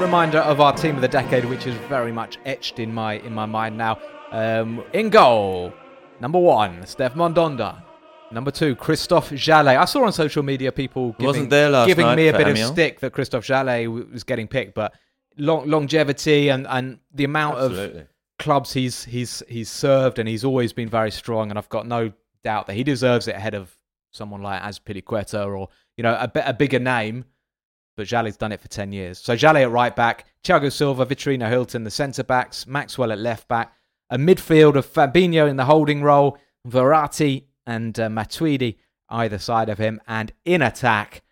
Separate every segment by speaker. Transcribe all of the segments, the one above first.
Speaker 1: reminder of our team of the decade, which is very much etched in my in my mind now. Um, in goal, number one, Steph Mondonda. Number two, Christophe Jallet. I saw on social media people giving,
Speaker 2: Wasn't there last
Speaker 1: giving
Speaker 2: night
Speaker 1: me a
Speaker 2: for
Speaker 1: bit
Speaker 2: Amiens.
Speaker 1: of stick that Christophe Jallet w- was getting picked, but long, longevity and, and the amount of
Speaker 2: Absolutely.
Speaker 1: clubs he's he's he's served and he's always been very strong and I've got no doubt that he deserves it ahead of someone like Azpilicueta or you know a, bi- a bigger name but Jallet's done it for 10 years so Jallet at right back Thiago Silva Vitorino Hilton the centre backs Maxwell at left back a midfield of Fabinho in the holding role Verratti and uh, Matuidi either side of him and in attack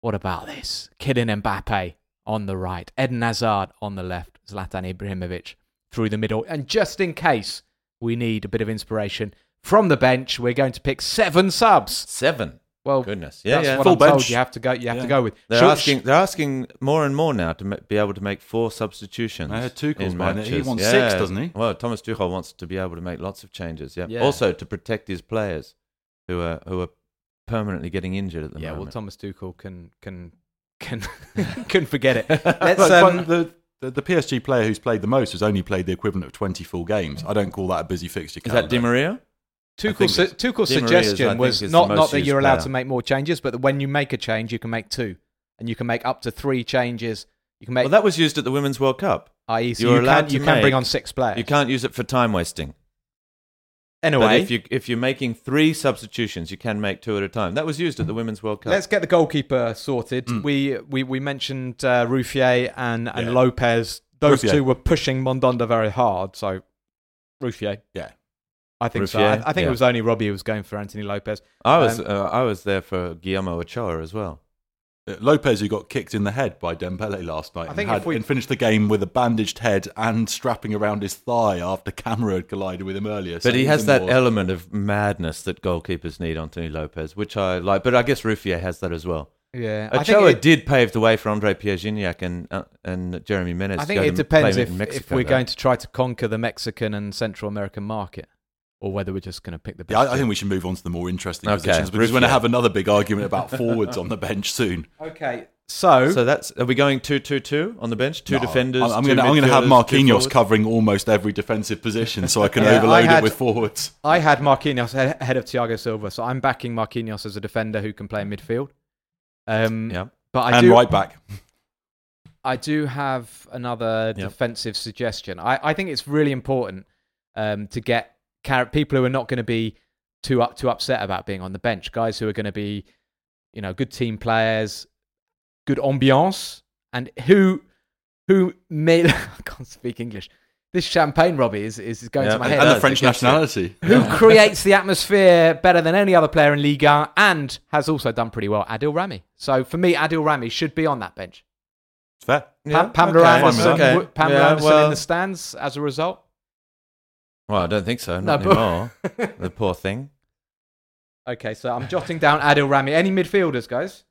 Speaker 1: what about this Kylian Mbappe on the right Eden Hazard on the left Zlatan Ibrahimovic through the middle. And just in case we need a bit of inspiration from the bench, we're going to pick seven subs.
Speaker 2: Seven.
Speaker 3: Oh,
Speaker 1: Well,
Speaker 2: Goodness. Yeah,
Speaker 1: that's
Speaker 2: yeah.
Speaker 1: what
Speaker 2: Full
Speaker 1: I'm told
Speaker 2: bench.
Speaker 1: You have to go. You have to
Speaker 3: Yeah.
Speaker 1: go with.
Speaker 2: They're
Speaker 1: Short-
Speaker 2: asking. They're asking more and more now to ma- be able to make four substitutions.
Speaker 3: I heard Tuchel's
Speaker 2: in
Speaker 3: buying it. He
Speaker 2: matches.
Speaker 3: wants six, doesn't he?
Speaker 2: Well, Thomas Tuchel wants to be able to make lots of changes. Yeah.
Speaker 1: Yeah.
Speaker 2: Also to protect his players, who are who are permanently getting injured at the
Speaker 1: yeah, well,
Speaker 2: moment.
Speaker 1: Thomas Tuchel can can can can forget it. Let's
Speaker 3: But- but
Speaker 1: um,
Speaker 3: the, the, the PSG player who's played the most has only played the equivalent of 20 full games. I don't call that a busy fixture
Speaker 2: is that Di
Speaker 3: calendar.
Speaker 2: Maria? I think
Speaker 1: Tuchel's, su-
Speaker 2: it's-
Speaker 1: Tuchel's
Speaker 2: Di Maria's, I
Speaker 1: suggestion
Speaker 2: think,
Speaker 1: was
Speaker 2: is
Speaker 1: not
Speaker 2: the
Speaker 1: not
Speaker 2: most
Speaker 1: that
Speaker 2: used
Speaker 1: you're allowed
Speaker 2: player.
Speaker 1: to make more changes, but that when you make a change, you can make two, and you can make up to three changes. You can make,
Speaker 2: Well, that was used at the Women's World Cup.
Speaker 1: i.e., so
Speaker 2: you're
Speaker 1: you can
Speaker 2: allowed
Speaker 1: you
Speaker 2: to
Speaker 1: can bring
Speaker 2: make-
Speaker 1: on six players.
Speaker 2: You can't use it for time wasting.
Speaker 1: anyway.
Speaker 2: But if you if you're making three substitutions, you can make two at a time. That was used at the Women's World Cup.
Speaker 1: Let's get the goalkeeper sorted. We, we we mentioned uh, Ruffier and, and
Speaker 3: Yeah.
Speaker 1: Lopez. Those
Speaker 3: Ruffier.
Speaker 1: two were pushing Mondonda very hard. So Ruffier,
Speaker 3: Yeah.
Speaker 1: I think so. I,
Speaker 2: Ruffier,
Speaker 1: I think
Speaker 2: yeah.
Speaker 1: it was only Robbie who was going for Anthony Lopez.
Speaker 2: I was
Speaker 1: Um,
Speaker 2: uh, I was there for Guillermo Ochoa as well.
Speaker 3: Uh, Lopez, who got kicked in the head by Dembele last night, and,
Speaker 1: think
Speaker 3: had,
Speaker 1: if we-
Speaker 3: and finished the game with a bandaged head and strapping around his thigh after Camera had collided with him earlier. So
Speaker 2: But he
Speaker 3: he's
Speaker 2: has
Speaker 3: a
Speaker 2: that
Speaker 3: more-
Speaker 2: element of madness that goalkeepers need, Anthony Lopez, which I like. But I guess Ruffier has that as well.
Speaker 1: Yeah, I think
Speaker 2: Ochoa
Speaker 1: it,
Speaker 2: did pave the way for Andre Pierre Gignac and uh, and Jeremy Menez.
Speaker 1: I
Speaker 2: to
Speaker 1: think
Speaker 2: go
Speaker 1: it
Speaker 2: to
Speaker 1: depends
Speaker 2: play
Speaker 1: if,
Speaker 2: in
Speaker 1: if
Speaker 2: Mexico,
Speaker 1: we're
Speaker 2: though.
Speaker 1: going to try to conquer the Mexican and Central American market, or whether we're just going to pick the best.
Speaker 3: Yeah, I, I think we should move on to the more interesting
Speaker 2: Okay,
Speaker 3: positions because we're going to
Speaker 2: Ruffier.
Speaker 3: have another big argument about forwards on the bench soon.
Speaker 1: two. okay, so,
Speaker 2: So that's are we going two two two on the bench? Two
Speaker 3: No,
Speaker 2: defenders.
Speaker 3: I'm, I'm
Speaker 2: two
Speaker 3: going to I'm going to have
Speaker 2: midfielders, two
Speaker 3: Marquinhos
Speaker 2: forwards?
Speaker 3: covering almost every defensive position, so I can
Speaker 1: Yeah, I
Speaker 3: overload
Speaker 1: had-
Speaker 3: it with forwards.
Speaker 1: I had Marquinhos ahe- ahead of Thiago Silva, so I'm backing Marquinhos as a defender who can play in midfield. Um,
Speaker 2: Yeah.
Speaker 1: but I
Speaker 3: and
Speaker 1: do,
Speaker 3: right back.
Speaker 1: I do have another
Speaker 2: Yep.
Speaker 1: defensive suggestion. I, I think it's really important um, to get car- people who are not going to be too up too upset about being on the bench. Guys who are going to be, you know, good team players, good ambiance, and who who may I can't speak English. This champagne, Robbie, is is going
Speaker 2: Yeah,
Speaker 1: to my
Speaker 2: it
Speaker 1: head.
Speaker 3: And the
Speaker 2: does,
Speaker 3: French
Speaker 2: it gets you.
Speaker 3: nationality.
Speaker 1: Who creates the atmosphere better than any other player in Liga and has also done pretty well, Adil Rami. So for me, Adil Rami should be on that bench.
Speaker 3: Fair.
Speaker 2: Yeah,
Speaker 1: Pam- Pamela
Speaker 2: okay.
Speaker 1: Anderson,
Speaker 2: Okay.
Speaker 1: w- Pamela
Speaker 2: Yeah,
Speaker 1: Anderson in
Speaker 2: well-
Speaker 1: the stands as a result.
Speaker 2: Well, I don't think so. Not
Speaker 1: No, but-
Speaker 2: anymore. the poor thing.
Speaker 1: Okay, so I'm jotting down Adil Rami. Any midfielders, guys?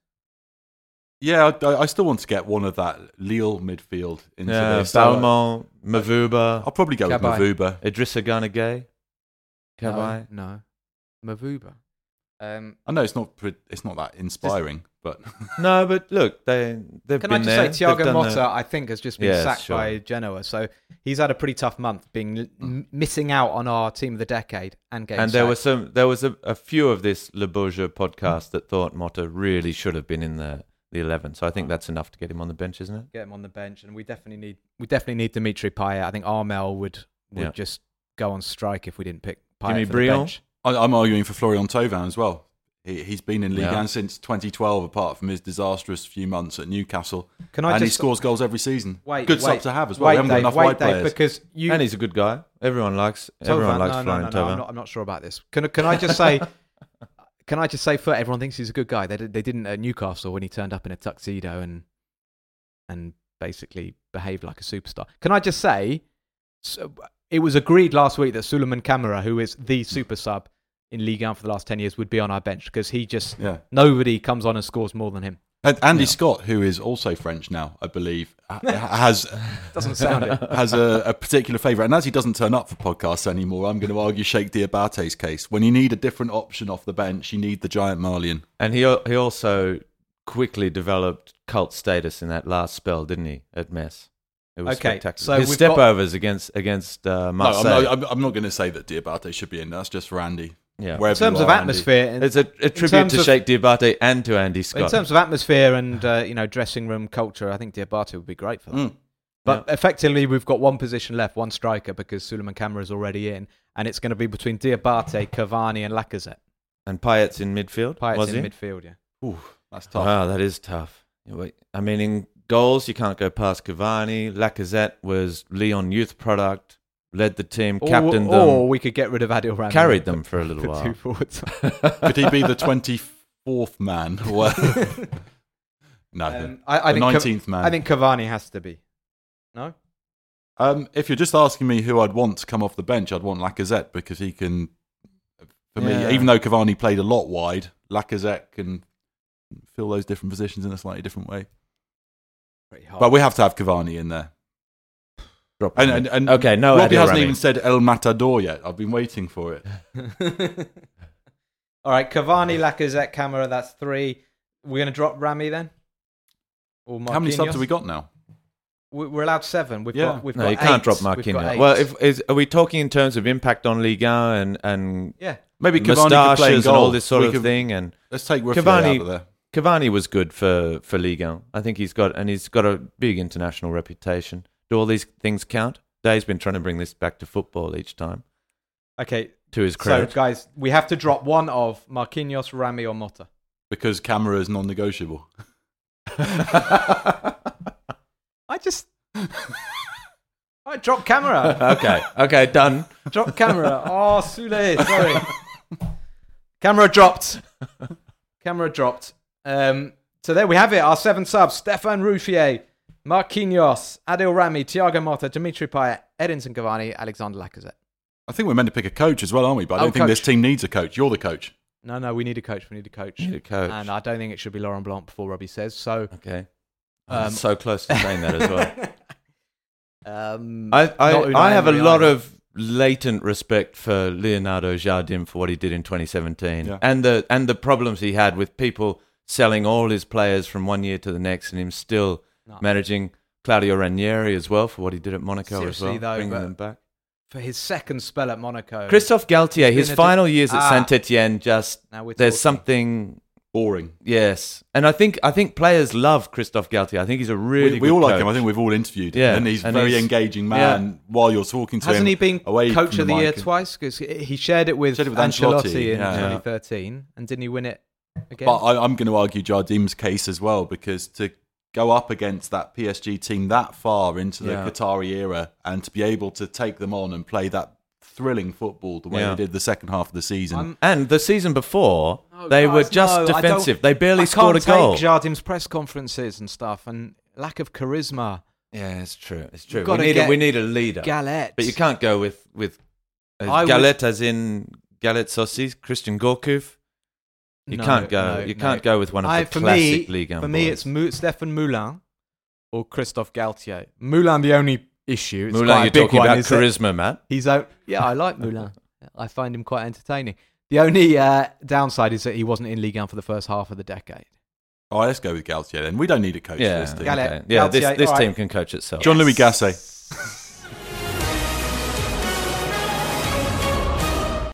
Speaker 3: Yeah, I, I still want to get one of that Lille midfield into
Speaker 2: Yeah,
Speaker 3: this. So, uh,
Speaker 2: Salmon, Mavuba,
Speaker 1: Oh,
Speaker 3: I'll probably go
Speaker 1: Cabaye.
Speaker 3: with Mavuba.
Speaker 2: Idrissa Gana Gay. Cabaye.
Speaker 1: No. no. Mavuba. Um,
Speaker 3: I know it's not pre- it's not that inspiring, but
Speaker 2: No, but look, they they've
Speaker 1: can I
Speaker 2: been
Speaker 1: just
Speaker 2: there.
Speaker 1: say
Speaker 2: They've
Speaker 1: Thiago
Speaker 2: done
Speaker 1: Motta,
Speaker 2: the-
Speaker 1: I think, has just been
Speaker 2: Yes,
Speaker 1: sacked
Speaker 2: sure. Hmm.
Speaker 1: by Genoa. So he's had a pretty tough month, being m- missing out on our team of the decade and getting
Speaker 2: and there
Speaker 1: sacked.
Speaker 2: were some there was a, a few of this Le Bourgeois podcast that thought Motta really should have been in the the 11 so I think that's enough to get him on the bench isn't it
Speaker 1: get him on the bench, and we definitely need we definitely need Dimitri Payet. I think Armel would would
Speaker 2: Yeah.
Speaker 1: just go on strike if we didn't pick
Speaker 2: Jimmy
Speaker 1: Payet for the
Speaker 2: Briand?
Speaker 1: bench.
Speaker 3: I, I'm arguing for Florian Tovan as well. He, he's been in Ligue
Speaker 2: Yeah.
Speaker 3: 1 since 2012, apart from his disastrous few months at Newcastle,
Speaker 1: Can I
Speaker 3: and he
Speaker 1: just
Speaker 3: scores goals every season.
Speaker 1: wait?
Speaker 3: Good
Speaker 1: wait,
Speaker 3: sub to have as well.
Speaker 1: Wait,
Speaker 3: we haven't got
Speaker 1: Dave,
Speaker 3: enough
Speaker 1: wait,
Speaker 3: wide
Speaker 1: Dave,
Speaker 3: players.
Speaker 1: because you
Speaker 2: and he's a good guy everyone likes everyone
Speaker 1: Tovan-
Speaker 2: likes
Speaker 1: no, no, no,
Speaker 2: Florian
Speaker 1: no,
Speaker 2: Thauvin.
Speaker 1: I'm not, I'm not sure about this. Can can I just say? Can I just say, for everyone thinks he's a good guy. They did- they didn't at Newcastle when he turned up in a tuxedo and and basically behaved like a superstar. Can I just say, so, it was agreed last week that Suleiman Kamara, who is the super sub in Ligue 1 for the last ten years, would be on our bench because he just
Speaker 3: Yeah.
Speaker 1: nobody comes on and scores more than him.
Speaker 3: And Andy Scott, who is also French now, I believe, ha- has
Speaker 1: Doesn't sound it.
Speaker 3: has a, a particular favourite. And as he doesn't turn up for podcasts anymore, I'm going to argue Sheikh Diabate's case. When you need a different option off the bench, you need the giant Marlian.
Speaker 2: and he al- he also quickly developed cult status in that last spell, didn't he? At Mess, it was
Speaker 1: Okay,
Speaker 2: spectacular.
Speaker 1: so
Speaker 2: His
Speaker 1: we've got-
Speaker 2: stepovers against against uh,
Speaker 3: No, I'm
Speaker 2: Marseille.
Speaker 3: not, I'm, I'm not going to say that Diabate should be in. That's just for Andy.
Speaker 2: yeah,
Speaker 3: Wherever
Speaker 1: in terms
Speaker 3: you
Speaker 1: of
Speaker 3: are, Andy.
Speaker 1: atmosphere, in,
Speaker 2: it's a, a tribute
Speaker 1: terms
Speaker 2: to
Speaker 1: of-
Speaker 2: Sheikh Diabate and to Andy Scott.
Speaker 1: in terms of atmosphere and uh, you know dressing room culture, I think Diabate would be great for that.
Speaker 3: Mm.
Speaker 1: But effectively, we've got one position left, one striker, because Suleiman Camera is already in, and it's going to be between Diabate, Cavani, and Lacazette.
Speaker 2: and Payet's in midfield.
Speaker 1: Payet's
Speaker 2: was
Speaker 1: in
Speaker 2: he?
Speaker 1: midfield, yeah.
Speaker 3: Ooh, that's tough.
Speaker 2: Wow, that is tough. Yeah, wait, I mean, in goals, you can't go past Cavani. Lacazette was Leon youth product, led the team,
Speaker 3: Oh,
Speaker 1: Or-
Speaker 2: captained
Speaker 1: or,
Speaker 2: them,
Speaker 1: we could get rid of Adil Rami.
Speaker 2: carried them for a little
Speaker 1: for
Speaker 2: while.
Speaker 1: two forwards.
Speaker 3: Could he be the 24th man? Or- no,
Speaker 1: Um, I, I,
Speaker 3: the
Speaker 1: think Cav-
Speaker 3: 19th man.
Speaker 1: I think Cavani has to be. No?
Speaker 3: um, if you're just asking me who I'd want to come off the bench, I'd want Lacazette because he can. For
Speaker 2: Yeah.
Speaker 3: me, even though Cavani played a lot wide, Lacazette can fill those different positions in a slightly different way.
Speaker 1: Pretty hard.
Speaker 3: But we have to have Cavani in there.
Speaker 2: Drop
Speaker 3: And,
Speaker 2: him
Speaker 3: and,
Speaker 2: in.
Speaker 3: and
Speaker 2: okay, no,
Speaker 3: Robbie
Speaker 2: Adil
Speaker 3: hasn't
Speaker 2: Rami.
Speaker 3: even said El Matador yet. I've been waiting for it.
Speaker 1: All right, Cavani, Lacazette, Camera, that's three. We're going to drop Rami then? Or
Speaker 3: How many subs
Speaker 1: Marquinhos?
Speaker 3: have we got now?
Speaker 1: We- We're allowed seven. We've
Speaker 3: Yeah.
Speaker 1: got. We've
Speaker 2: No,
Speaker 1: got
Speaker 2: you can't
Speaker 1: eight.
Speaker 2: drop
Speaker 1: We've got
Speaker 2: Marquinhos.
Speaker 1: eight.
Speaker 2: Well, if is are we talking in terms of impact on Ligue 1 and and
Speaker 1: yeah,
Speaker 3: Maybe Cavani could play in
Speaker 2: moustaches and
Speaker 3: goal.
Speaker 2: all this sort
Speaker 3: We
Speaker 2: of
Speaker 3: could-
Speaker 2: thing? And
Speaker 3: Let's take Ruffy
Speaker 2: Cavani-
Speaker 3: out of there.
Speaker 2: Cavani was good for for Ligue 1. I think he's got and he's got a big international reputation. Do all these things count? Dave's been trying to bring this back to football each time.
Speaker 1: okay.
Speaker 2: To his
Speaker 1: So
Speaker 2: credit,
Speaker 1: guys, we have to drop one of Marquinhos, Rami, or Mota.
Speaker 3: Because camera is non-negotiable.
Speaker 1: I just. I drop camera.
Speaker 2: okay, okay, done.
Speaker 1: drop camera. Oh, Sule, sorry. camera dropped. Camera dropped. Um, so there we have it. Our seven subs: Stefan Ruffier, Marquinhos, Adil Rami, Thiago Motta, Dimitri Payet, Edinson Cavani, Alexander Lacazette.
Speaker 3: I think we're meant to pick a coach as well, aren't we? But I don't
Speaker 1: Oh,
Speaker 3: think this
Speaker 1: coach.
Speaker 3: team needs a coach. You're the coach.
Speaker 1: No, no, we need a coach. We need a coach.
Speaker 2: Need a coach.
Speaker 1: And uh, I don't think it should be Laurent Blanc before Robbie says so.
Speaker 2: okay,
Speaker 1: Um,
Speaker 2: so close to saying that as well.
Speaker 1: um,
Speaker 2: I,
Speaker 1: Not
Speaker 2: I,
Speaker 1: Unai
Speaker 2: I have a
Speaker 1: Emery
Speaker 2: lot
Speaker 1: either.
Speaker 2: of latent respect for Leonardo Jardim for what he did in 2017
Speaker 3: Yeah.
Speaker 2: and the and the problems he had with people selling all his players from one year to the next and him still
Speaker 1: No.
Speaker 2: managing Claudio Ranieri as well for what he did at Monaco as
Speaker 1: Seriously
Speaker 2: well,
Speaker 1: though,
Speaker 2: bringing
Speaker 1: but-
Speaker 2: them back.
Speaker 1: for his second spell at Monaco.
Speaker 2: Christophe Galtier, his
Speaker 1: Been a-
Speaker 2: final years at
Speaker 1: Ah.
Speaker 2: Saint Etienne, just
Speaker 1: now we're
Speaker 2: there's
Speaker 1: talking.
Speaker 2: something.
Speaker 3: Boring.
Speaker 2: Yes, and I think I think players love Christophe Galtier. I think he's a really
Speaker 3: we we
Speaker 2: good
Speaker 3: all like
Speaker 2: coach.
Speaker 3: him. I think we've all interviewed
Speaker 2: Yeah,
Speaker 3: him. And he's a
Speaker 2: and
Speaker 3: very
Speaker 2: he's-
Speaker 3: engaging man while you're talking to
Speaker 1: Hasn't
Speaker 3: him.
Speaker 1: he been
Speaker 3: away
Speaker 1: coach
Speaker 3: from
Speaker 1: of
Speaker 3: the
Speaker 1: the year
Speaker 3: mic.
Speaker 1: twice? Because he shared it with,
Speaker 3: Shared it with
Speaker 1: Ancelotti,
Speaker 3: Ancelotti,
Speaker 1: in
Speaker 3: yeah.
Speaker 1: 2013, and didn't he win it again?
Speaker 3: But I, I'm going to argue Jardim's case as well because to go up against that PSG team that far into the
Speaker 2: Yeah.
Speaker 3: Qatari era and to be able to take them on and play that thrilling football the way
Speaker 2: Yeah.
Speaker 3: they did the second half of the season.
Speaker 1: I'm-
Speaker 2: And the season before, they
Speaker 1: Oh, guys,
Speaker 2: were just
Speaker 1: no, I don't-
Speaker 2: defensive. They barely
Speaker 1: I
Speaker 2: scored a
Speaker 1: can't
Speaker 2: goal.
Speaker 1: Take Jardim's press conferences and stuff, and lack of charisma.
Speaker 2: Yeah, it's true. It's true. We
Speaker 1: gotta
Speaker 2: need, a,
Speaker 1: get
Speaker 2: we need a leader.
Speaker 1: Galette,
Speaker 2: But you can't go with with uh,
Speaker 1: I would-
Speaker 2: Galette as in Galette Saucy, Christian Gorkov. You
Speaker 1: No,
Speaker 2: can't go.
Speaker 1: no,
Speaker 2: you
Speaker 1: no.
Speaker 2: can't go with one of
Speaker 1: I-
Speaker 2: the
Speaker 1: for me,
Speaker 2: classic league.
Speaker 1: for me, it's Mou- Stefan Moulin or Christophe Galtier. Moulin, the only issue. It's
Speaker 2: Moulin,
Speaker 1: quite a
Speaker 2: you're
Speaker 1: big
Speaker 2: talking
Speaker 1: one,
Speaker 2: about
Speaker 1: is that-
Speaker 2: charisma, Matt.
Speaker 1: He's out. Yeah, I like Moulin. I find him quite entertaining. The only uh, downside is that he wasn't in Ligue 1 for the first half of the decade.
Speaker 3: All right, let's oh, go with Galtier then. We don't need a coach
Speaker 2: Yeah,
Speaker 3: for this team.
Speaker 1: Galette,
Speaker 2: yeah. This
Speaker 1: Galtier,
Speaker 2: this
Speaker 1: all right.
Speaker 2: team can coach itself.
Speaker 3: John Louis Gasset.